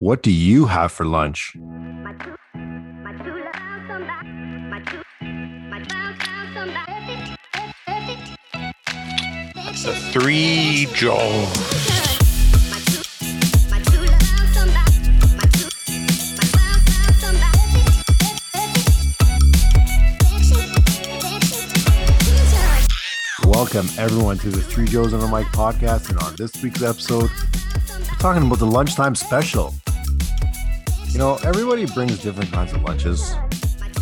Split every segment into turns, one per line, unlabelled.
What do you have for lunch?
My true, my true love found somebody. My true, my found found somebody. Perfect, perfect.
The three jaw.
My true, my true love found somebody. My true, my found found somebody.
Welcome everyone to the Three Joes and a Mic podcast. And on this week's episode, we're talking about the lunchtime special. You know, everybody brings different kinds of lunches.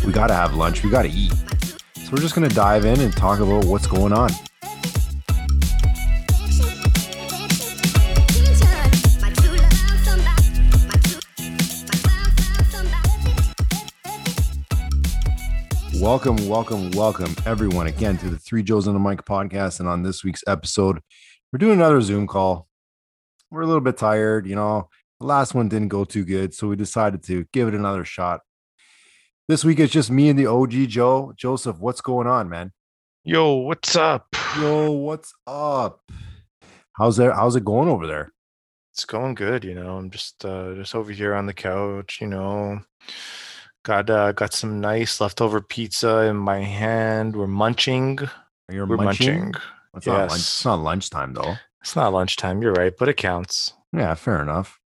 We gotta have lunch. We gotta eat. So we're just gonna dive in and talk about what's going on.
My true love found somebody. My true, my found found somebody.
Welcome, welcome, welcome everyone again to the Three Joes and a Mic podcast. And on this week's episode, we're doing another Zoom call. We're a little bit tired, you know. The last one didn't go too good, so we decided to give it another shot. This week it's just me and the OG Joe. Joseph, what's going on, man?
Yo, what's up?
Yo, what's up? How's there? How's it going over there?
It's going good, you know. I'm just uh just over here on the couch, you know. Got uh got some nice leftover pizza in my hand. We're munching.
You're
We're munching.
It's not lunch.
Yes.
It's not lunchtime though.
It's not lunchtime, you're right, but it counts.
Yeah, fair enough.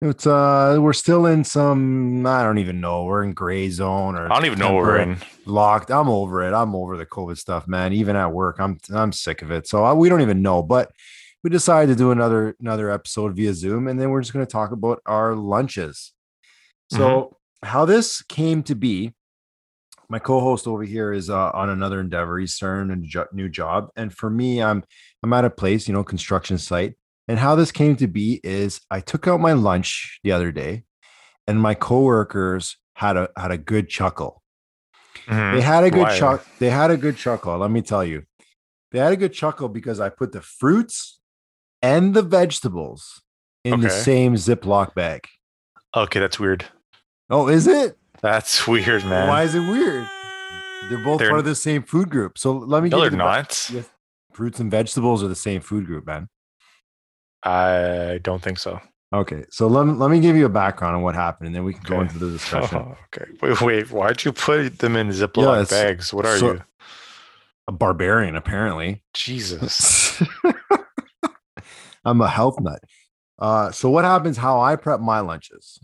It's uh, we're still in some. I don't even know. We're in gray zone or
I don't even know what we're
temporary-
in.
locked. I'm over it. I'm over the COVID stuff, man. Even at work, I'm I'm sick of it. So I, we don't even know. But we decided to do another another episode via Zoom, and then we're just going to talk about our lunches. So how this came to be, my co-host over here is uh, on another endeavor. He's starting a jo- new job, and for me, I'm I'm at a place, you know, construction site. And how this came to be is I took out my lunch the other day, and my coworkers had a had a good chuckle.
Mhm.
They had a good
Why?
chuck. They had a good chuckle. Let me tell you, they had a good chuckle because I put the fruits and the vegetables in the
Okay.
same Ziploc bag.
Okay, that's weird.
Oh, is it?
That's weird, man.
Why is it weird? They're both
They're-
part of the same food group. So let me.
no,
give
they're
you the ba-
not.
Yes. Fruits and vegetables are the same food group, man.
I don't think so.
Okay, so let me, let me give you a background on what happened, and then we can go
Okay.
into the discussion.
okay. Wait, wait. Why'd you put them in Ziploc
it's-
bags? What are
so-
you?
A barbarian, apparently.
Jesus.
I'm a health nut. Uh, so what happens? How I prep my lunches?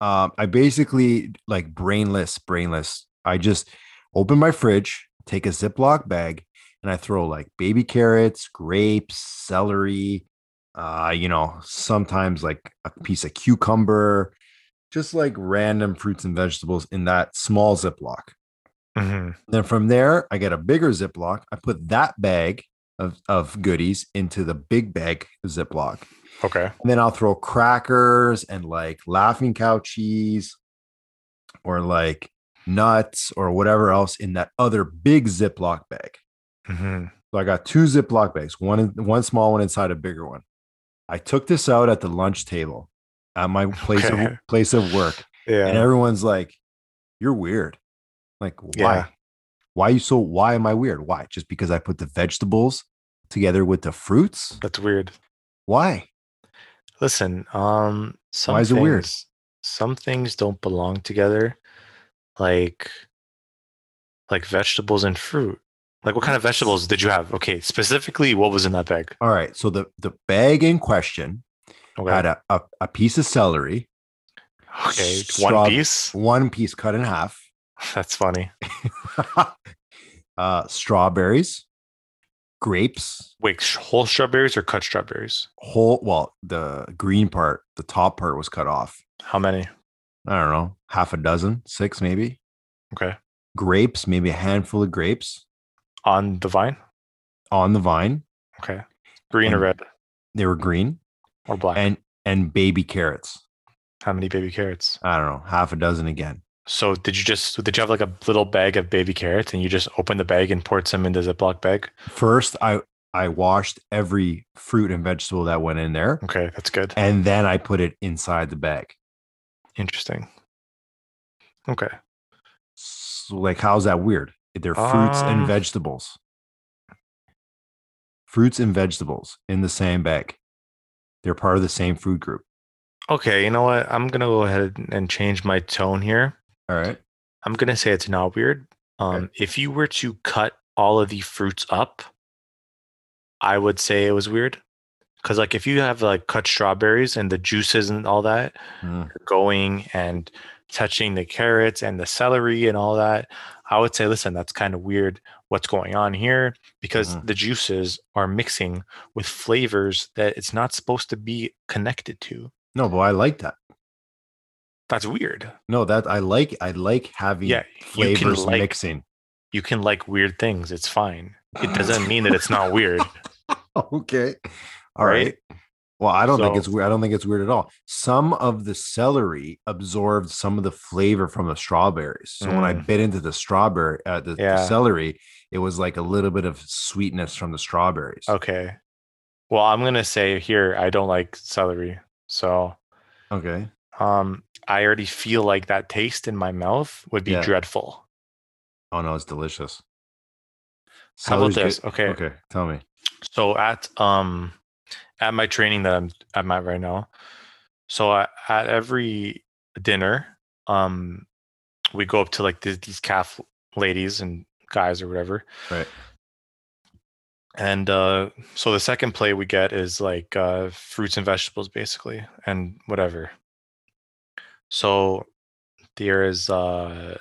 Um, I basically like brainless, brainless. I just open my fridge, take a Ziploc bag, and I throw like baby carrots, grapes, celery. Uh, you know, sometimes like a piece of cucumber, just like random fruits and vegetables in that small Ziploc.
Mhm.
Then from there, I get a bigger Ziploc. I put that bag of, of goodies into the big bag Ziploc.
Okay.
And then I'll throw crackers and like laughing cow cheese or like nuts or whatever else in that other big Ziploc bag.
Mhm.
So I got two Ziploc bags, one in- one small one inside a bigger one. I took this out at the lunch table at my place
Okay.
of place of work. And
Yeah.
everyone's like, You're weird. Like, why?
Yeah.
Why you so why am I weird? Why? Just because I put the vegetables together with the fruits?
That's weird.
Why?
Listen, um some
Why is it
things,
weird?
Some things don't belong together. Like like vegetables and fruit. Like what kind of vegetables did you have? Okay, specifically what was in that bag?
All right. So the, the bag in question
Okay.
had a, a, a piece of celery,
okay.
straw-
One piece?
one piece cut in half,
That's funny.
uh, strawberries, grapes,
Wait, sh- whole strawberries or cut strawberries?
whole well, the green part, the top part was cut off.
How many?
I don't know, half a dozen, six maybe.
Okay.
Grapes, maybe a handful of grapes.
On the vine?
on the vine.
Okay. Green or
And-
red
They were green
or black?
and and baby carrots.
How many baby carrots?
I don't know, half a dozen again.
So did you just did you have like a little bag of baby carrots and you just opened the bag and poured some into the Ziploc bag?
First, I I washed every fruit and vegetable that went in there,
Okay, that's good.
and then I put it inside the bag.
Interesting. Okay.
So, like, how's that weird? They're fruits and
Um,
vegetables. Fruits and vegetables in the same bag. They're part of the same food group.
Okay, you know what? I'm gonna go ahead and change my tone here.
All right.
I'm gonna say it's not weird. Um, If you were to cut all of the fruits up, I would say it was weird. Cause like if you have like cut strawberries and the juices and all that
Mm.
are going and touching the carrots and the celery and all that, I would say, listen, that's kind of weird. What's going on here? Because
Mhm.
the juices are mixing with flavors that it's not supposed to be connected to.
No, but I like that.
That's weird.
No, that I like. I like having
Yeah, you can
flavors
like-
mixing.
You can like weird things. It's fine. It doesn't mean that it's not weird.
okay. All right.
Right?
Well, I don't think
So-
it's weird. I don't think it's weird at all. Some of the celery absorbed some of the flavor from the strawberries. So when I
Mm.
bit into the strawberry, uh, the, the
Yeah.
celery, it was like a little bit of sweetness from the strawberries.
Okay. Well, I'm gonna say here I don't like celery. So
Okay.
um I already feel like that taste in my mouth would be
Yeah.
dreadful.
Oh no, it's delicious.
How about
Celery's good-
this? Okay.
Okay, tell me.
So at um at my training that I'm I'm at right now, so I, at every dinner, um we go up to like these, these calf ladies and guys or whatever.
Right.
And uh so the second plate we get is like uh fruits and vegetables basically and whatever. So there is uh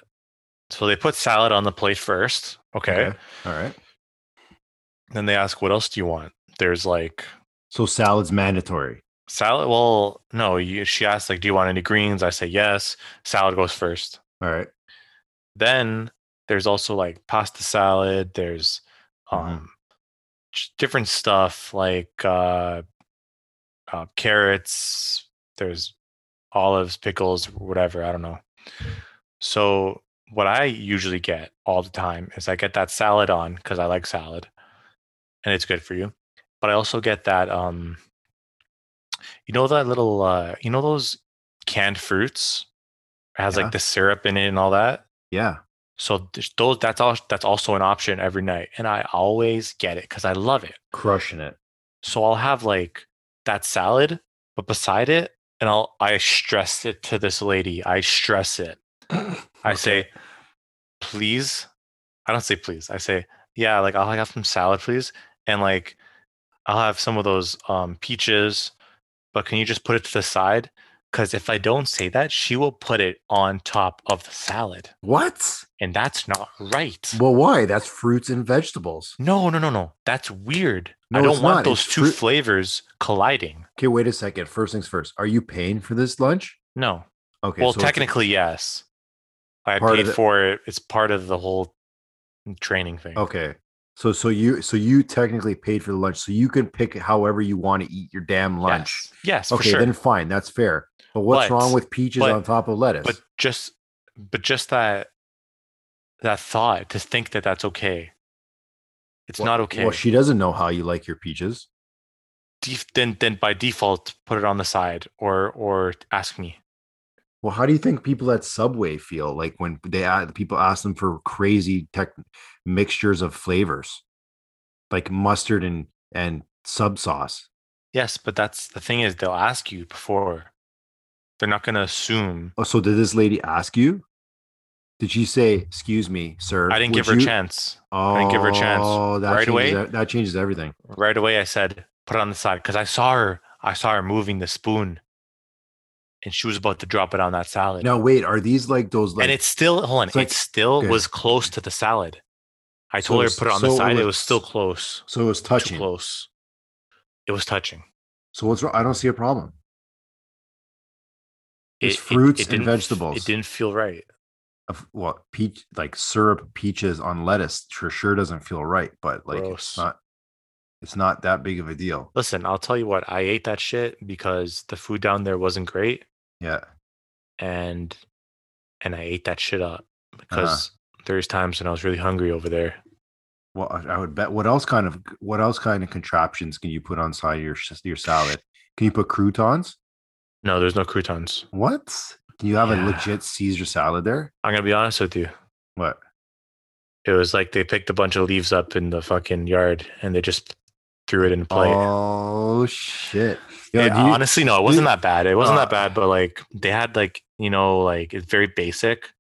so they put salad on the plate first. okay.
All right.
Then they ask, "What else do you want?" There's like
So salad's mandatory.
salad. Well, no. You, she asked, "Like, do you want any greens?" I say, "Yes." Salad goes first.
All right.
Then there's also like pasta salad. There's um
Mhm.
just different stuff like uh, uh, carrots. There's olives, pickles, whatever. I don't know. So what I usually get all the time is I get that salad on because I like salad, and it's good for you. But I also get that um, you know that little uh, you know those canned fruits it has
Yeah.
like the syrup in it and all that.
Yeah.
So th- those that's all that's also an option every night, and I always get it because I love it.
Crushing it.
So I'll have like that salad, but beside it, and I'll I stress it to this lady. I stress it. I say, please. I don't say please. I say, yeah, like I'll have some salad, please. And like I'll have some of those um peaches, but can you just put it to the side? Because if I don't say that, she will put it on top of the salad.
What?
And that's not right.
Well, why? That's fruits and vegetables.
No, no, no, no. That's weird.
No,
I
it's
don't want
not.
those
It's
two
fruit-
flavors colliding.
Okay, wait a second. First things first. Are you paying for this lunch?
No.
Okay.
well,
so it's-
technically, yes. I
Part of
paid
the-
for it. It's part of the whole training thing.
Okay. So so you so you technically paid for the lunch. So you can pick however you want to eat your damn lunch.
Yes, yes for
okay,
sure.
then fine. That's fair. But what's
But-
wrong with peaches
but-
on top of lettuce?
But just, but just that, that thought to think that that's okay. It's
Well-
not okay.
Well, she doesn't know how you like your peaches.
Def- then, then by default, put it on the side or or ask me.
Well, how do you think people at Subway feel like when they a- people ask them for crazy tech mixtures of flavors, like mustard and and sub sauce?
Yes, but that's the thing is they'll ask you before. They're not gonna assume.
Oh, so did this lady ask you? Did she say, "Excuse me, sir"?
Mm. I didn't
would
give her a
you-"
chance.
Oh,
didn't give her a chance.
that
Right
changes
away?
ev- That changes everything.
right away i said put it on the side because i saw her i saw her moving the spoon and she was about to drop it on that salad
Now, wait, are these like those? Like,
and it's still hold on
It's like-
it still
okay.
was close to the salad i
So
told
it
her
was-
to put it on
so
the
it
side it was,
was-
still close
so it's
too
touching.
close it was touching
So what's wrong? I don't see a problem.
it,
It's fruits and
didn't f-
vegetables.
it didn't feel right
Of what peach like syrup peaches on lettuce sure sure doesn't feel right, but like it's
Gross.
not it's not that big of a deal.
listen i'll tell you what i ate that shit because the food down there wasn't great
Yeah.
and and i ate that shit up
Uh-huh.
because there's times when i was really hungry over there
Well, I, I would bet. What else kind of what else kind of contraptions can you put on side of your s- your salad? Can you put croutons?
no there's no croutons
What? Can you have a
Yeah.
legit Caesar salad there?
i'm gonna be honest with you
What?
It was like they picked a bunch of leaves up in the fucking yard and they just threw it in play.
Oh shit! Yo,
Yeah,
do you-
honestly, no, it wasn't that bad. It wasn't
Uh,
that bad, but like they had like you know like it's very basic,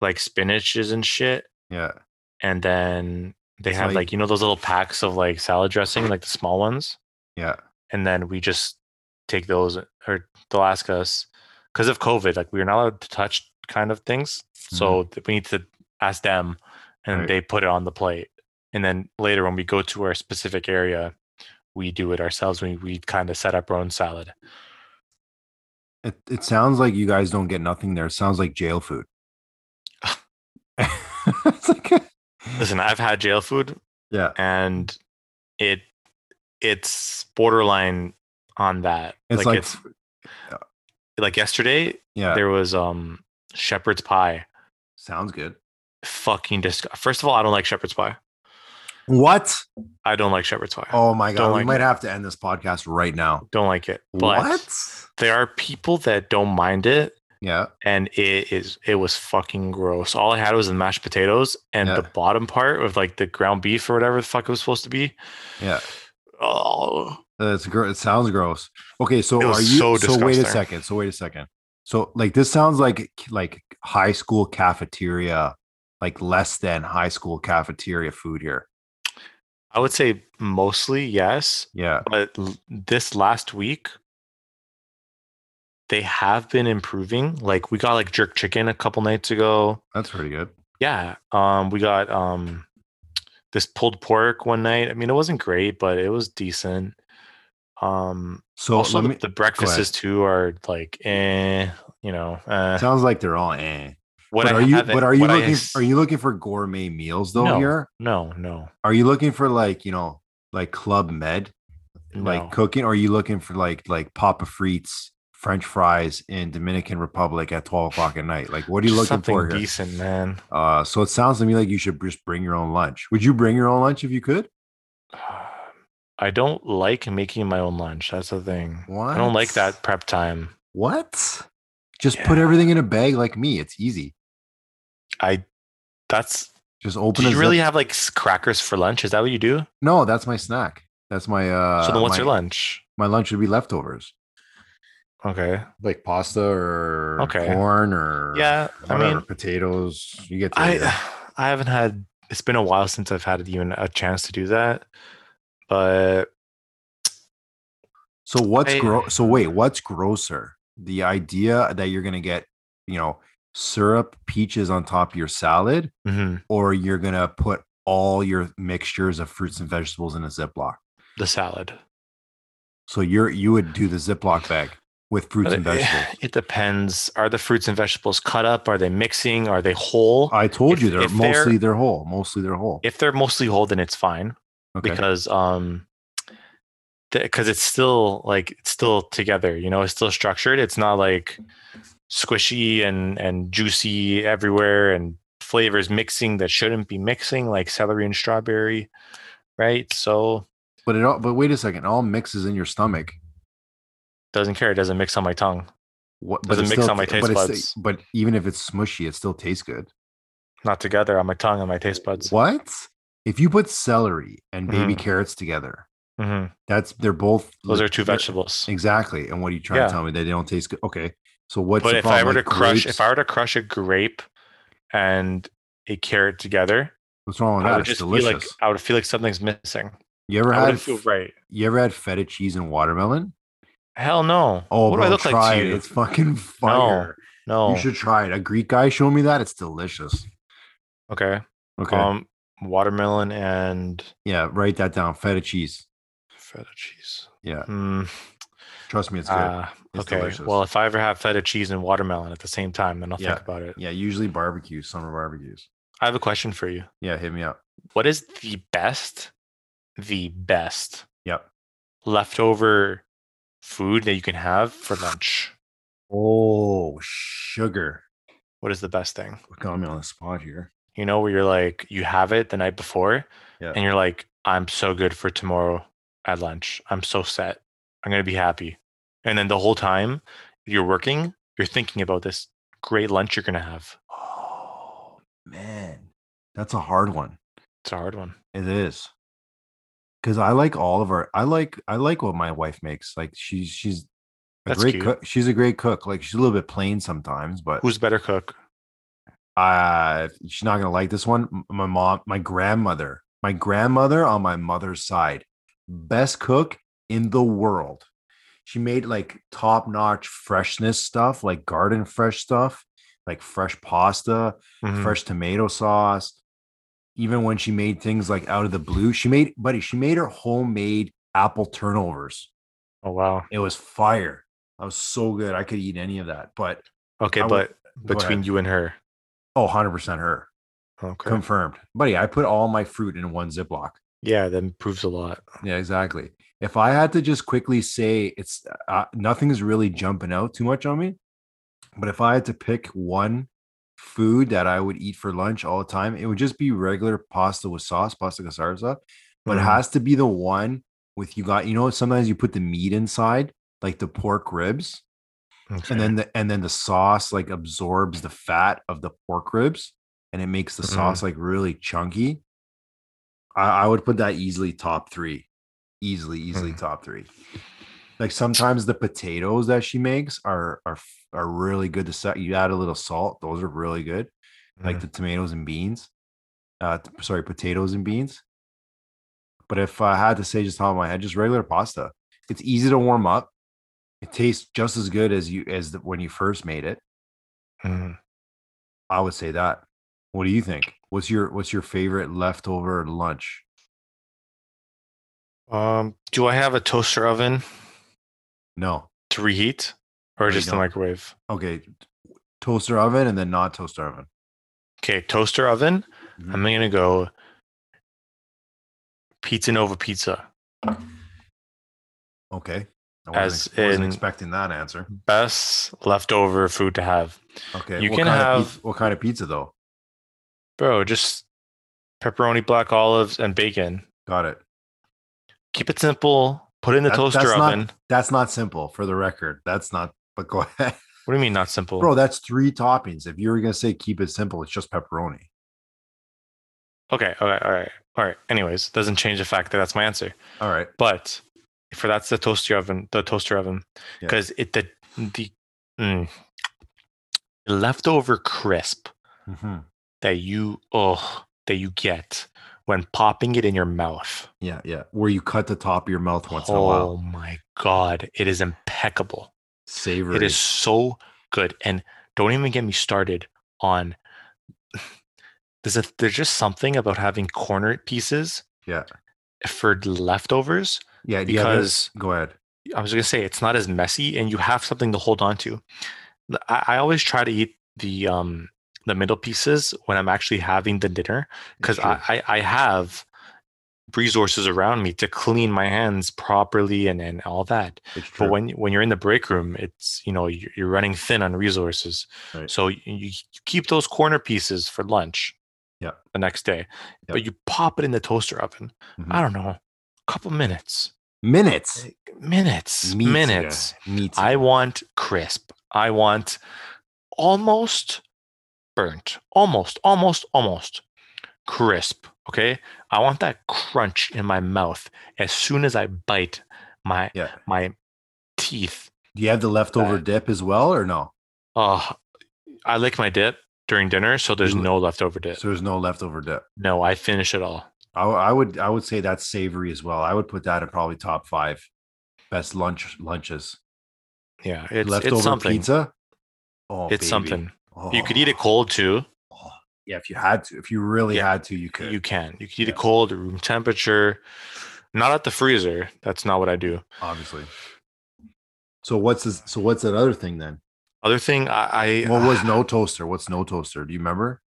like spinaches and shit,
yeah,
and then they
It's
had
like-
like, you know those little packs of like salad dressing, like the small ones,
yeah,
and then we just take those or they'll ask us because of COVID, like we were not allowed to touch kind of things, so th- we need to ask them, and
Mm-hmm. Right.
they put it on the plate, and then later when we go to our specific area, we do it ourselves. We we kind of set up our own salad.
It, it sounds like you guys don't get nothing there. It sounds like jail food. it's like,
Listen, I've had jail food.
yeah,
and it it's borderline on that.
it's like,
it's like yesterday
yeah,
there was um shepherd's pie.
sounds good.
Fucking disg- First of all, I don't like shepherd's pie.
What?
I don't like shepherd's pie.
Oh my god,
Don't
we
like
might
it.
have to end this podcast right now.
Don't like it. But
what?
there are people that don't mind it
Yeah,
and it is it was fucking gross. All I had was the mashed potatoes and the
Yeah.
bottom part of like the ground beef or whatever the fuck it was supposed to be.
Yeah.
Oh,
uh, it's gr- it sounds gross. Okay, so
It was
are you? So,
so
wait a
disgusting.
second. So wait a second. So like this sounds like like high school cafeteria, like less than high school cafeteria food here.
I would say mostly yes.
Yeah.
but l- this last week they have been improving like we got like jerk chicken a couple nights ago
That's pretty good.
yeah um we got um this pulled pork one night i mean it wasn't great but it was decent um
So
also
let
the,
me,
the breakfasts too are like eh you know uh
sounds like they're all eh.
what
but
I
are you
haven't-
but are you
what I
looking
has-
are you looking for gourmet meals though
No.
here?
no no
Are you looking for like, you know, like club med, like
No.
cooking, or are you looking for like like Papa Frites, French fries in Dominican Republic at 12 o'clock at night? Like what are you
Just
looking
something
for here?
decent man
Uh so it sounds to me like you should just bring your own lunch. Would you bring your own lunch if you could?
i don't like making my own lunch that's the thing i don't like
What?
that prep time
What? Just put everything in a bag like me. It's easy.
I that's
Just open
do
a
you really
zip-
have like s- crackers for lunch? Is that what you do?
No, that's my snack. That's my uh
so then what's
my,
your lunch?
My lunch would be leftovers.
Okay.
like pasta or
Okay.
corn or
Yeah. I
whatever,
mean
potatoes. You get to
I I haven't had it's been a while since I've had even a chance to do that. But
so what's
I-
gross? So wait, what's grosser? The idea that you're gonna get you know syrup peaches on top of your salad,
mhm,
or you're gonna put all your mixtures of fruits and vegetables in a Ziploc.
the salad.
So you're you would do the Ziploc bag with fruits
But
and
it,
vegetables.
it depends. Are the fruits and vegetables cut up? Are they mixing? Are they whole?
I told
if-
you they're
if they're-
mostly they're whole. Mostly they're whole.
if they're mostly whole, then it's fine.
okay.
because um because it's still like it's still together you know it's still structured it's not like squishy and and juicy everywhere and flavors mixing that shouldn't be mixing like celery and strawberry right so
but it all but wait a second, it all mixes in your stomach.
doesn't care it doesn't mix on my tongue
What
Doesn't
it's
mix on my
t-
taste
but it's-
buds.
But even if it's smushy, it still tastes good.
not together on my tongue on my taste buds
What? If you put celery and baby carrots together,
hmm
that's they're both
Mm-hmm. those
like,
are two
they're-
vegetables
Exactly. And what are you trying
Yeah.
to tell me that they don't taste good? Okay. So what's
but
the
if i
problem?
were to
Like
crush
grapes?
if i were to crush a grape and a carrot together
what's wrong with
i
Oh, that?
would
It's
just
delicious.
feel like i would feel like something's missing
you ever
i
had
wouldn't feel
f-
right
you ever had feta cheese and watermelon?
Hell no.
Oh,
what
bro,
do I look
try
like to
it.
you? Oh.
It's fucking fire.
no.
You should try it. A Greek guy showed me that. It's delicious.
okay.
Okay.
Um, watermelon and
yeah, write that down. Feta cheese.
feta cheese.
Yeah.
Hmm.
Trust me, it's good.
ah,
It's
okay.
delicious.
Well, if I ever have feta cheese and watermelon at the same time, then I'll
Yeah.
think about it.
yeah, usually barbecue, summer barbecues.
I have a question for you.
Yeah, hit me up.
What is the best, the best
Yep.
leftover food that you can have for lunch?
Oh, sugar.
What is the best thing?
Got me on the spot here.
You know, where you're like, you have it the night before,
Yeah.
and you're like, I'm so good for tomorrow at lunch. I'm so set. I'm gonna be happy. And then the whole time you're working, you're thinking about this great lunch you're gonna have.
Oh man, that's a hard one.
It's a hard one.
It is. because I like all of our. I like I like what my wife makes. Like she's she's a
That's
great
cute.
cook. She's a great cook. Like she's a little bit plain sometimes, but
Who's a better cook?
uh she's not gonna like this one. M- My mom, my grandmother, my grandmother on my mother's side, best cook in the world. She made like top notch freshness stuff, like garden fresh stuff, like fresh pasta,
Mhm.
fresh tomato sauce. Even when she made things like out of the blue, she made buddy, she made her homemade apple turnovers.
Oh wow.
It was fire. That was so good. I could eat any of that. But
Okay,
I would-
but
go ahead.
between you and her.
oh, 100% her.
Okay.
Confirmed. Buddy, I put all my fruit in one Ziploc.
yeah, that improves a lot.
Yeah, exactly. If I had to just quickly say it's uh, nothing's really jumping out too much on me, but if I had to pick one food that I would eat for lunch all the time, it would just be regular pasta with sauce, pasta con salsa, but it
Mhm.
has to be the one with you got you know sometimes you put the meat inside like the pork ribs
Okay.
and then the and then the sauce like absorbs the fat of the pork ribs and it makes the
Mhm.
sauce like really chunky i, I would put that easily top three easily easily
Mhm.
top three like sometimes the potatoes that she makes are are f- are really good to set you add a little salt those are really good like
Mhm.
the tomatoes and beans uh t- sorry potatoes and beans but if i had to say just top of my head just regular pasta it's easy to warm up it tastes just as good as you as the, when you first made it
Mhm.
i would say that what do you think what's your what's your favorite leftover lunch
Um, do I have a toaster oven
no
to reheat or
you
just the
don't.
microwave?
okay toaster oven and then not toaster oven
Okay, toaster oven.
Mhm.
I'm gonna go pizza nova pizza.
okay i wasn't,
As
ex- wasn't
in-
expecting that answer
Best leftover food to have.
okay
You
what
can
kind of
have-
pizza, what kind of pizza though
Bro, just pepperoni, black olives, and bacon.
got it
Keep it simple. Put it in the
That-
toaster
that's not-
oven.
that's not simple for the record that's not but go ahead
What do you mean not simple?
Bro, that's three toppings. If you were gonna say keep it simple, it's just pepperoni.
Okay, all right, all right, all right. Anyways, doesn't change the fact that that's my answer.
All right.
But for that's the toaster oven, the toaster oven,
Yeah.
because it the the mm, leftover crisp
Mhm.
that you oh that you get when popping it in your mouth.
Yeah, yeah. Where you cut the top of your mouth once
oh
in a while.
my god, it is impeccable.
Savory.
It is so good, and don't even get me started on. There's a, there's just something about having corner pieces.
Yeah.
For leftovers,
yeah, yeah, that-
because
go ahead.
I was gonna say it's not as messy and you have something to hold on to. The- I, I always try to eat the um the middle pieces when I'm actually having the dinner because
Sure.
I, I I have resources around me to clean my hands properly and and all that.
It's
But
true.
when when you're in the break room, it's you know you're, you're running thin on resources,
Right.
so you, you keep those corner pieces for lunch.
Yeah.
The next day, but you pop it in the toaster oven. I
Mhm.
don't know, a couple minutes
minutes.
minutes
Meats,
minutes
yeah, Meats.
i want crisp i want almost burnt almost almost almost crisp okay i want that crunch in my mouth as soon as i bite my
Yeah.
my teeth
Do you have the leftover
Uh,
dip as well or no?
oh i lick my dip during dinner so there's
You-
no leftover dip
So there's no leftover dip.
no i finish it all
I, w- I would I would say that's savory as well. I would put that in probably top five best lunch lunches.
yeah it's,
leftover
it's something
pizza. Oh,
it's
baby.
something you could eat it
Oh.
cold too
Yeah, if you had to, if you really
Yeah.
had to, you could.
You can. You can
Yeah.
eat it cold, room temperature, not at the freezer. That's not what I do.
obviously. So what's this, so what's another thing then?
Other thing, I, I
What was no toaster? What's no toaster? Do you remember?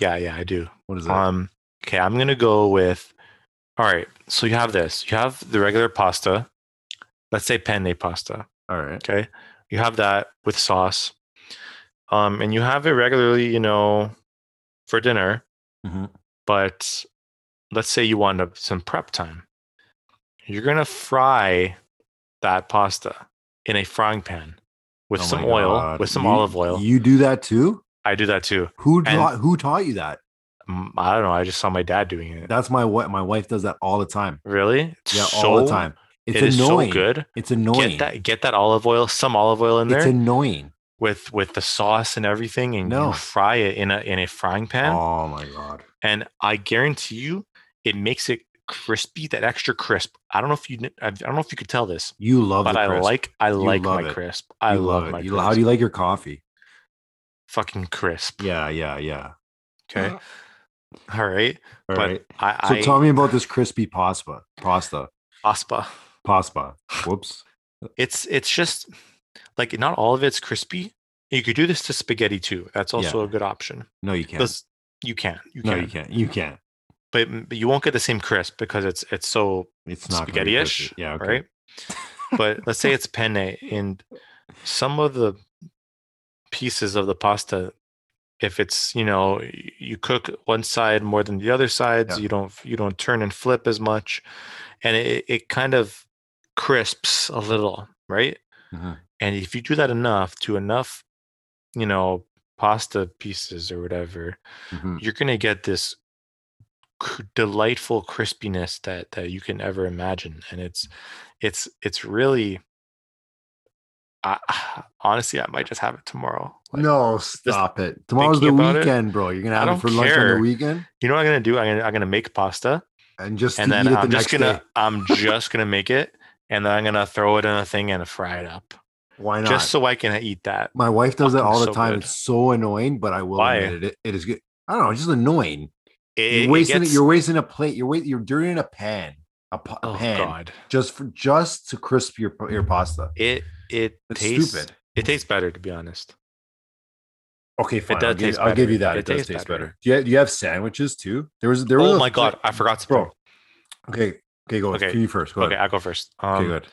Yeah, yeah, I do.
What is that?
Um, okay, I'm gonna go with. All right, so you have this. You have the regular pasta. Let's say penne pasta.
All right.
Okay, you have that with sauce, um, and you have it regularly. You know, for dinner. mm-hmm,
Mhm.
but let's say you want up some prep time. You're gonna fry that pasta in a frying pan with
Oh
some
my
oil,
God.
with some
You-
olive oil.
You do that too?
I do that too.
Who
And-
taught who taught you that?
Mm, I don't know. I just saw my dad doing it.
That's my what my wife does that all the time.
really? It's
Yeah,
so,
all the time. It's
It's
annoying.
so good.
It's annoying.
Get that get that olive oil, some olive oil in
it's
there
annoying.
with with the sauce and everything, and
No.
you fry it in a in a frying pan.
Oh my god.
and I guarantee you, it makes it crispy. That extra crisp. I don't know if you, kn- I don't know if you could tell this,
You love
but
the
I
crisp.
like, I like
love
my
it.
crisp. I
you
love, my
it. You
crisp.
lo- how do you like your coffee?
Fucking crisp.
Yeah, yeah, yeah.
Okay. All right.
All
but
right.
I,
So
I
tell me about this crispy pasta. Pasta.
aspa.
Pasta. Whoops.
It's it's just like not all of it's crispy. You could do this to spaghetti too. That's
Yeah.
also a good option.
No, you can't.
Those- you can, you
no,
can,
you can't. You can't.
But, but you won't get the same crisp because it's it's so
It's not gonna be
spaghetti-ish,
crispy. Yeah. Okay.
right? but let's say it's penne, and some of the pieces of the pasta, if it's you know y- you cook one side more than the other side, so
Yeah.
you don't you don't turn and flip as much, and it, it kind of crisps a little, right?
Mhm.
And if you do that enough to enough, you know, pasta pieces or whatever,
Mhm.
you're gonna get this cr- delightful crispiness that that you can ever imagine and it's it's it's really I, honestly i might just have it tomorrow Like,
no, stop it. Tomorrow's the
thinking about it,
weekend, bro. You're gonna
I
have it
don't
for lunch on the
care.
weekend
you know what i'm gonna do i'm gonna, I'm gonna make pasta
and just
and
to
then
eat it the
i'm just
next
gonna
day.
i'm just gonna make it and then i'm gonna throw it in a thing and fry it up
Why not?
just so i can eat that
My wife does it
Fucking
all the
so
time.
good.
It's so annoying, but I will
Why?
admit it. It is good. I don't know. It's just annoying.
it,
You're
it
wasting it.
gets-
You're wasting a plate. You're wait. You're doing a pan. A, pa- a
oh
pan.
god
Just for just to crisp your your pasta.
it it
It's
tastes
stupid.
it tastes better to be honest
Okay, fine.
does
I'll, give,
taste
I'll give
better.
you that. It,
It
does
tastes
taste better.
better.
Do you, do you have sandwiches too? There was there. was
oh
a
my
fl-
god i forgot something
bro. Okay, okay, go. Okay,
Okay,
you first. Go
okay
ahead.
i'll go first um,
Okay, good.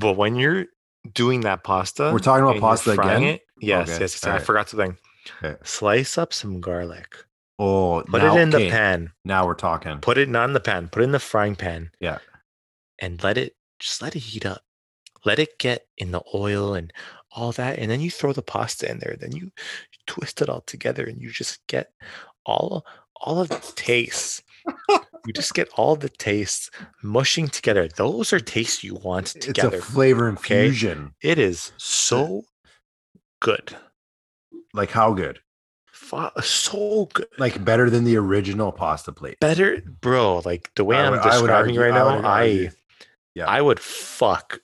But when you're doing that pasta,
We're talking about
and you're
pasta
frying
again?
It, yes,
Okay,
yes, yes, I
alright.
forgot something.
Okay.
Slice up some garlic.
Oh,
Put
now,
it in
okay,
the pan.
Now we're talking.
Put it not in the pan. Put it in the frying pan.
Yeah.
And let it just let it heat up. Let it get in the oil and all that, and then you throw the pasta in there. Then you, you twist it all together, and you just get all all of the tastes. you just get all the tastes mushing together. Those are tastes you want together.
It's a flavor
okay?
infusion.
It
Uh
is so good.
Like how good?
Fa- So good.
Like better than the original pasta plate.
Better, bro. Like the way
I
I am
would- I would
describing
argue-
right
I would
now, I
argue.
I,
Yeah.
would fuck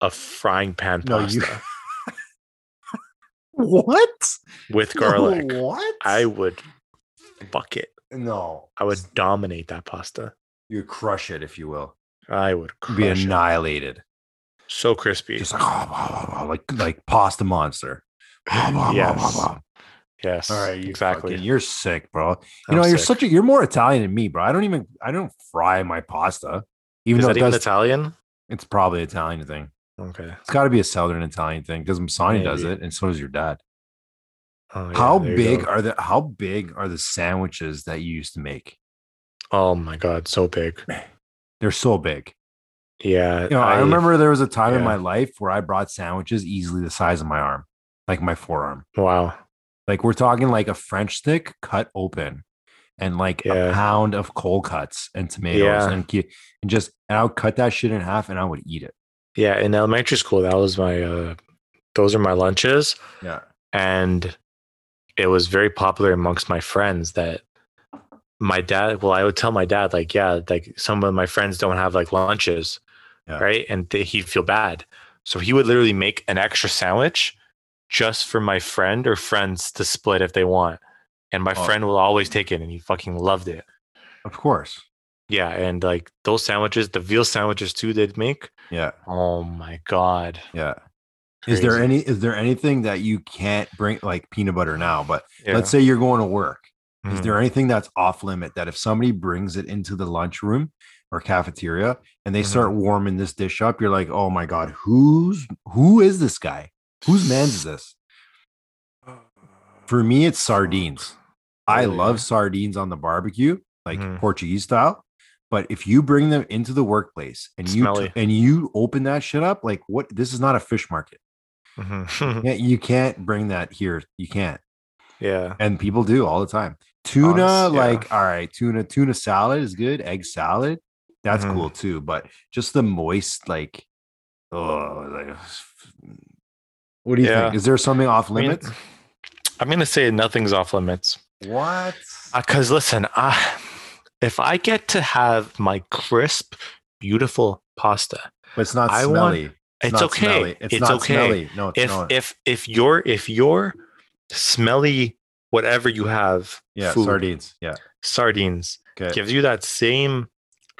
a frying pan
No, you-
pasta
What?
with garlic.
What?
I would fuck it.
no.
I would dominate that pasta.
You crush it, if you will.
I would crush
Be
it.
annihilated.
So crispy.
Just like, oh, like like pasta monster. Blah, blah, blah, blah,
Yes.
blah.
yes.
All right, you
exactly.
fucking- you're sick, bro. You
I'm
know, you're
sick.
such a you're more Italian than me, bro. I don't even I don't fry my pasta, even
Is
though
that
it
even
does.
Italian?
it's probably an Italian thing.
Okay.
It's got to be a Southern Italian thing because Masani does
Maybe.
it, and so does your dad.
Oh, yeah,
how
there you
big
go.
are the How big are the sandwiches that you used to make?
Oh my god, so big.
They're so big.
Yeah.
You know, I, remember there was a time in
yeah.
my life where I brought sandwiches easily the size of my arm, like my forearm.
Wow.
Like we're talking like a French stick cut open, and like a
Yeah.
pound of cold cuts and tomatoes
Yeah.
and cu- and just and I would cut that shit in half and I would eat it.
Yeah, in elementary school, that was my uh those are my lunches
Yeah.
and it was very popular amongst my friends that my dad well, I would tell my dad like, yeah, like some of my friends don't have like lunches,
Yeah.
right? And th- he'd feel bad. So he would literally make an extra sandwich just for my friend or friends to split if they want. And my
Oh.
friend will always take it and he fucking loved it.
Of course.
Yeah, and like those sandwiches, the veal sandwiches too they'd make.
Yeah.
Oh my god.
Yeah. Is there
Crazy.
any is there anything that you can't bring like peanut butter now? But
Yeah.
let's say you're going to work. Is
Mhm.
there anything that's off limit that if somebody brings it into the lunchroom or cafeteria and they
Mhm.
start warming this dish up, you're like, oh my god, who's who is this guy? Whose man's is this? For me, it's sardines. I
Really?
love sardines on the barbecue, like
Mhm.
Portuguese style. But if you bring them into the workplace and you t-
Smelly.
and you open that shit up, like what? This is not a fish market.
Mhm.
Mm-hmm. Yeah, you can't bring that here. You can't.
yeah.
And people do all the time. Tuna,
Honest, yeah.
like all right, tuna, tuna salad is good. Egg salad, that's
Mhm.
cool too. But just the moist, like, oh, like, what do you
Yeah.
think? Is there something off
I mean,
limits?
I'm gonna say nothing's off limits.
what?
Because listen, I, if I get to have my crisp, beautiful pasta,
But it's not
I want-
smelly.
it's,
not
okay.
smelly.
It's, okay.
smelly. No, it's
If
not.
if if your if your smelly whatever you have,
yeah,
food,
sardines. Yeah.
sardines
Okay.
gives you that same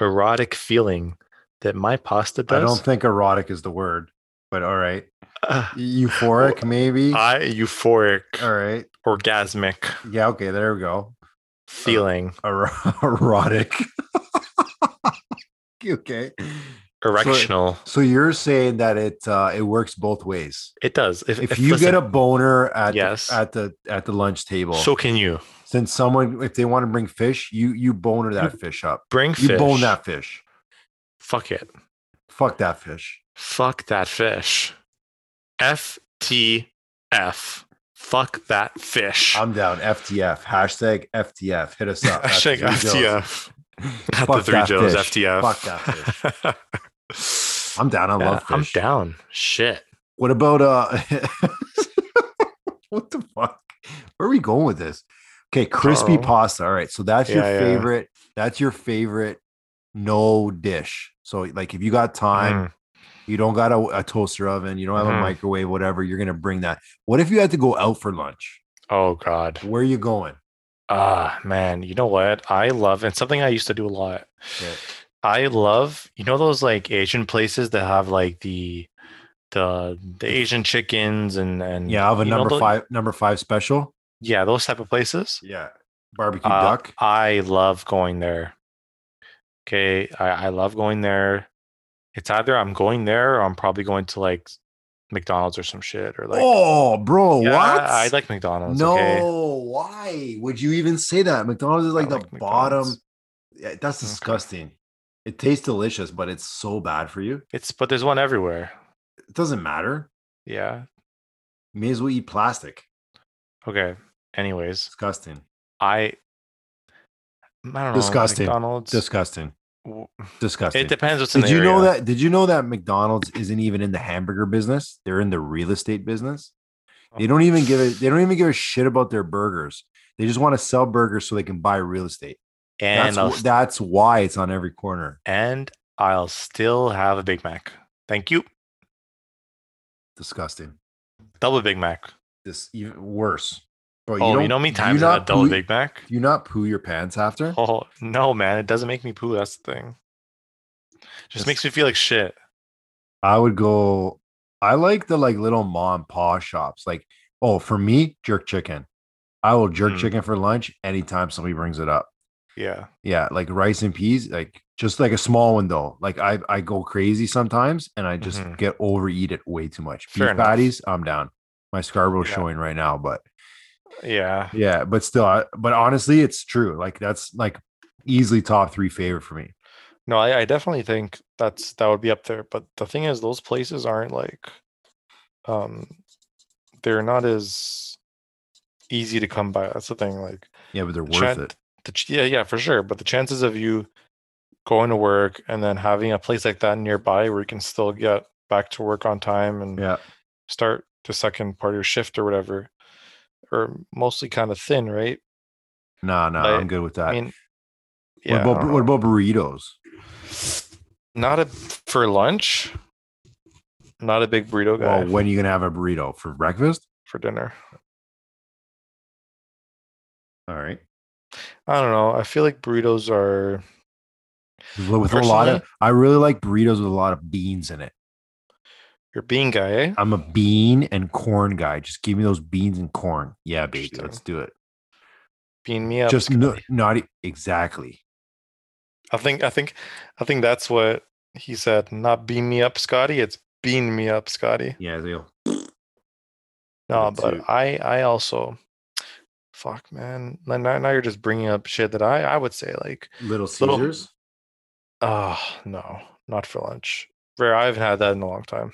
erotic feeling that my pasta
I
does.
don't think erotic is the word, but all right. E-,
Ah,
Euphoric, maybe.
I euphoric,
all right.
orgasmic
Yeah. Okay. There we go.
feeling,
Ero- erotic. okay.
erectional.
So you're saying that it uh, it works both ways.
it does. If,
If you get a boner at
Yes.
the, at the at the lunch table,
so can you
since someone if they want to bring fish, you you boner that fish up.
bring
You
fish?
bone that fish.
Fuck it.
Fuck that fish.
Fuck that fish. F T F. Fuck that fish.
I'm down. FTF. Hashtag FTF. Hit us up. at
Hashtag
Three Joes.
FTF. At the
Fuck
three
that
Joes,
fish.
FTF.
Fuck that
fish.
I'm down. I
Yeah,
love
I'm
fish.
down. Shit.
What about uh? what the fuck? Where are we going with this? Okay, crispy
Uh-oh.
pasta. All right, so that's your
Yeah, yeah.
favorite. That's your favorite no dish. So like, if you got time,
Mm.
you don't got a, a toaster oven, you don't have
Mhm.
a microwave, whatever. You're gonna bring that. What if you had to go out for lunch?
Oh God.
Where are you going?
Ah man, you know what? I love and something I used to do a lot.
Okay.
I love you know those like Asian places that have like the the the Asian chickens and and
Yeah, I have a
Mm. you know
number
tho-
five number five special.
Yeah, those type of places.
Yeah, barbecue
Uh,
duck.
I love going there. Okay, I, I love going there. It's either I'm going there or I'm probably going to like McDonald's or some shit or like.
oh, bro,
Yeah,
what?
I like McDonald's.
No,
okay?
why would you even say that? McDonald's is
I
like the
like
bottom.
McDonald's.
Yeah, that's
Okay.
disgusting. It tastes delicious, but it's so bad for you.
it's but there's one everywhere.
It doesn't matter.
Yeah.
May as well eat plastic.
Okay. Anyways,
Disgusting.
I. I don't know.
Disgusting.
McDonald's.
Disgusting.
w-
Disgusting.
it depends what's in
Did
the
you know
area.
that? Did you know that McDonald's isn't even in the hamburger business? They're in the real estate business.
Oh.
They don't even give it. They don't even give a shit about their burgers. They just want to sell burgers so they can buy real estate.
And
That's,
I'll,
wh- that's why it's on every corner.
and I'll still have a Big Mac. Thank you.
Disgusting.
Double Big Mac.
This even worse. Bro,
oh, you
don't-
know how many
do
times I
not
had a double
poo-
Big Mac?
Do you not poo your pants after?
Oh no, man! It doesn't make me poo. That's the thing. Just
That's-
makes me feel like shit.
I would go. I like the like little mom and pa shops. Like, oh, for me, jerk chicken. I will jerk
Mm.
chicken for lunch anytime somebody brings it up.
Yeah.
Yeah, like rice and peas, like just like a small one though. Like I I go crazy sometimes and I just
Mhm.
get overeat it way too much.
Fair
Beef
enough.
patties, I'm down. My Scarborough's
Yeah.
showing right now, but
Yeah.
yeah, but still, I, but honestly, it's true. Like that's like easily top three favorite for me.
No, I, I definitely think that's that would be up there. But the thing is, those places aren't like, um, they're not as easy to come by. That's the thing. Like,
Yeah, but they're worth
chan-
it.
the ch- yeah, yeah, for sure. But the chances of you going to work and then having a place like that nearby where you can still get back to work on time and
Yeah.
start the second part of your shift or whatever are mostly kind of thin, right?
No, no,
Like,
I'm good with that.
I mean, yeah,
what,
I
about,
don't
what
know.
about burritos?
not a for lunch, not a big burrito guy
Well, when are you gonna have a burrito for breakfast?
for dinner.
All right,
I don't know. I feel like burritos are
with a lot of.
Personally-
I really like burritos with a lot of beans in it.
your bean guy, eh?
I'm a bean and corn guy. Just give me those beans and corn. Yeah, baby, let's
Interesting.
do it.
Bean me up.
Just no,
Scotty.
not e- exactly.
I think I think I think that's what he said. Not bean me up, Scotty. It's bean me up, Scotty.
Yeah, they'll-
No,
Me too.
but I I also fuck man. Now, now now you're just bringing up shit that I I would say like ah,
Little
Little-
Caesars.
Oh, no, not for lunch. Rare. I haven't had that in a long time.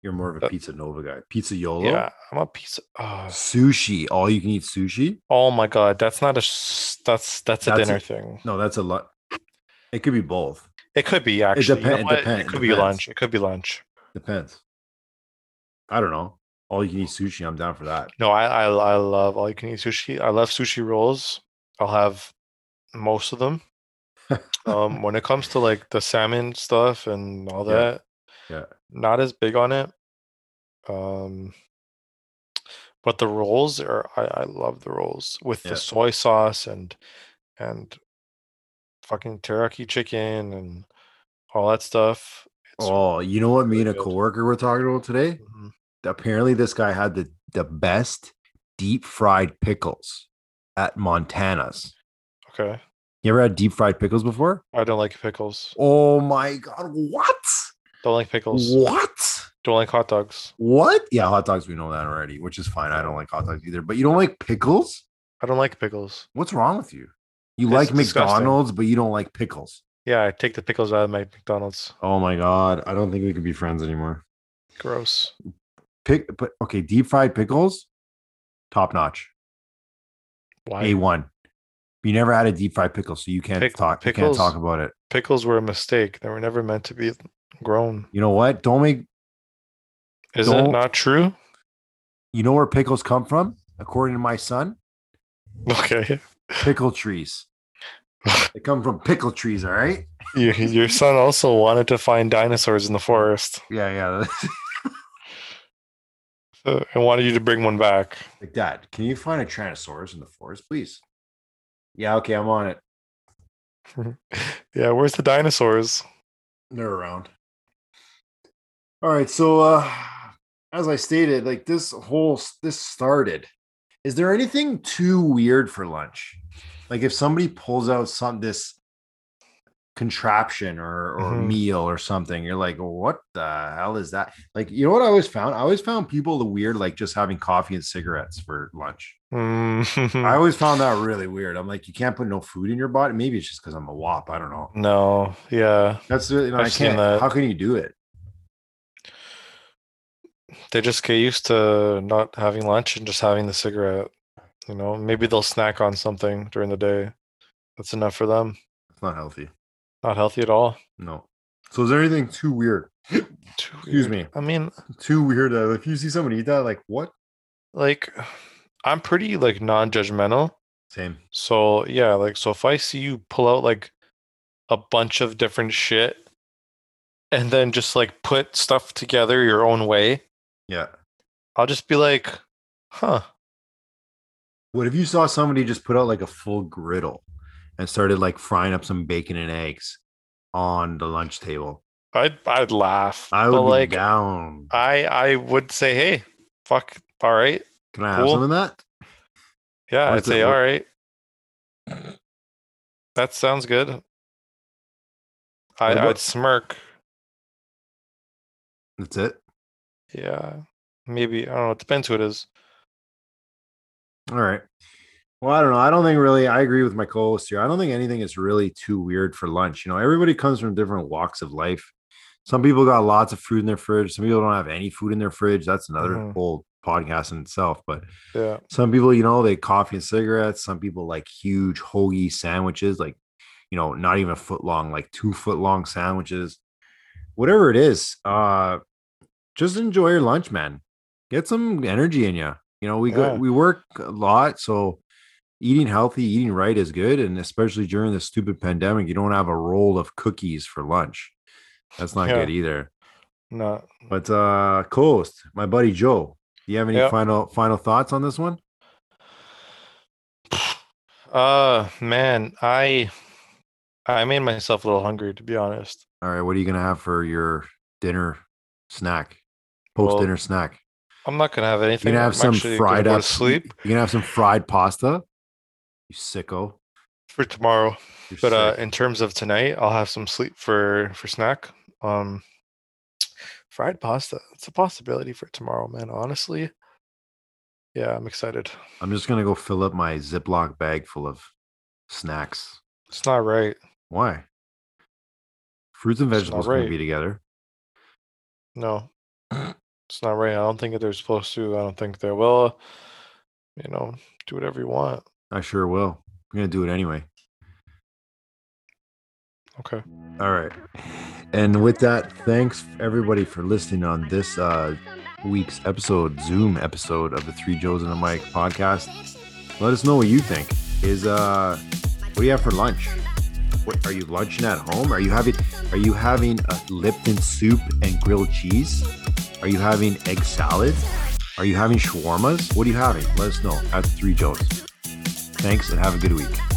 You're more of a
That-
pizza Nova guy. Pizza Yolo.
Yeah, I'm a pizza. Oh,
Sushi. All you can eat sushi.
oh my god, that's not a s- that's that's a
That's
dinner
a-
thing.
No, that's a lot. It could be both.
It could be actually. you know
depen- it
what?
depen-
it
it
could be
depends.
lunch. It could be lunch.
Depends. I don't know. All you can eat sushi. I'm down for that.
No, I I, I love all you can eat sushi. I love sushi rolls. I'll have most of them. um, when it comes to like the salmon stuff and all
Yeah.
that,
Yeah.
not as big on it. Um, but the rolls are I, I love the rolls with
Yeah.
the soy sauce and and fucking teriyaki chicken and all that stuff. It's
Oh, you know what? Me and
really
a
good.
coworker were talking about today.
Mhm.
Apparently, this guy had the the best deep fried pickles at Montana's.
okay.
You ever had deep fried pickles before?
I don't like pickles.
Oh my god! What?
Don't like pickles.
What?
Don't like hot dogs.
What? Yeah, hot dogs. We know that already, which is fine. I don't like hot dogs either. But you don't like pickles?
I don't like pickles.
What's wrong with you? You
It's
like
disgusting.
McDonald's, but you don't like pickles.
Yeah, I take the pickles out of my McDonald's.
Oh my god! I don't think we could be friends anymore.
Gross.
Pick, but okay, deep fried pickles, top notch,
Why?
a one. You never had a deep fried pickle, so you can't
Pick-
talk.
pickles-
You can't talk about it.
pickles were a mistake. They were never meant to be grown.
You know what? Don't make.
Is that
Don't-
not true?
You know where pickles come from? According to my son,
Okay.
pickle trees. they come from pickle trees. All right.
Your, your son also wanted to find dinosaurs in the forest
Yeah, yeah.
uh, and wanted you to bring one back.
Like, Dad, can you find a Tyrannosaurus in the forest, please? Yeah, okay, I'm on it.
Yeah, where's the dinosaurs?
They're around. All right, so uh as I stated, like this whole this started. Is there anything too weird for lunch? Like if somebody pulls out some this contraption or or
Mhm.
meal or something, you're like, what the hell is that? Like, you know what I always found? I always found people the weird, like just having coffee and cigarettes for lunch. I
Mm,
always found that really weird. I'm like, you can't put no food in your body. Maybe it's just because I'm a wop. I don't know.
no. Yeah.
That's really, you know, I
I've seen
can't.
that.
How can you do it?
They just get used to not having lunch and just having the cigarette. You know, maybe they'll snack on something during the day. That's enough for them.
It's not healthy.
Not healthy at all.
No. So is there anything too weird?
Too
Excuse me.
weird. I mean,
Too weird that if you see somebody eat that, like what?
like, I'm pretty like non-judgmental.
Same.
So yeah, like so if I see you pull out like a bunch of different shit and then just like put stuff together your own way,
Yeah.
I'll just be like, huh,
What if you saw somebody just put out like a full griddle and started like frying up some bacon and eggs on the lunch table?
I'd I'd laugh.
I
but
would be
like uh,
down.
I I would say, hey, fuck, all right.
Can I have
cool.
some of that?
Yeah,
Where's the-
I'd say,
where-
all right. That sounds good. I,
What about-
I'd smirk.
That's it.
Yeah. Maybe I don't know, it depends who it is.
All right. Well, I don't know. I don't think really. I agree with my co-host here. I don't think anything is really too weird for lunch. You know, everybody comes from different walks of life. Some people got lots of food in their fridge. Some people don't have any food in their fridge. That's another
Mhm.
whole podcast in itself. But
Yeah.
some people, you know, they coffee and cigarettes. Some people like huge hoagie sandwiches, like you know, not even a foot long, like two foot long sandwiches. Whatever it is, uh, just enjoy your lunch, man. Get some energy in you. You know, we
Yeah.
go we work a lot, so eating healthy, eating right is good, and especially during this stupid pandemic, you don't have a roll of cookies for lunch. That's not
Yeah.
good either.
Not
But uh, Coast, my buddy Joe, do you have any
Yeah.
final final thoughts on this one?
Uh man, I I made myself a little hungry to be honest.
All right, what are you gonna have for your dinner snack? Post dinner snack.
I'm not gonna have anything.
You're gonna have
I'm
some
actually gonna
fried
go to
up
sleep
You're gonna have some fried pasta. You sicko.
for tomorrow.
You're
But uh
sick.
in terms of tonight, I'll have some sleep for for snack. Um fried pasta. It's a possibility for tomorrow, man. Honestly. Yeah, I'm excited.
I'm just gonna go fill up my Ziploc bag full of snacks.
It's not right.
Why? Fruits and
It's not
vegetables can
right.
be together.
No. It's not right. I don't think that they're supposed to. I don't think they will. You know, do whatever you want.
I sure will. I'm gonna do it anyway.
Okay.
All right. And with that, thanks everybody for listening on this uh, week's episode, Zoom episode of the Three Joes and a Mic podcast. Let us know what you think. Is uh, what do you have for lunch? What, are you lunching at home? Are you having Are you having a Lipton soup and grilled cheese? Are you having egg salad? Are you having shawarmas? What are you having? Let us know at Three Joes. Thanks and have a good week.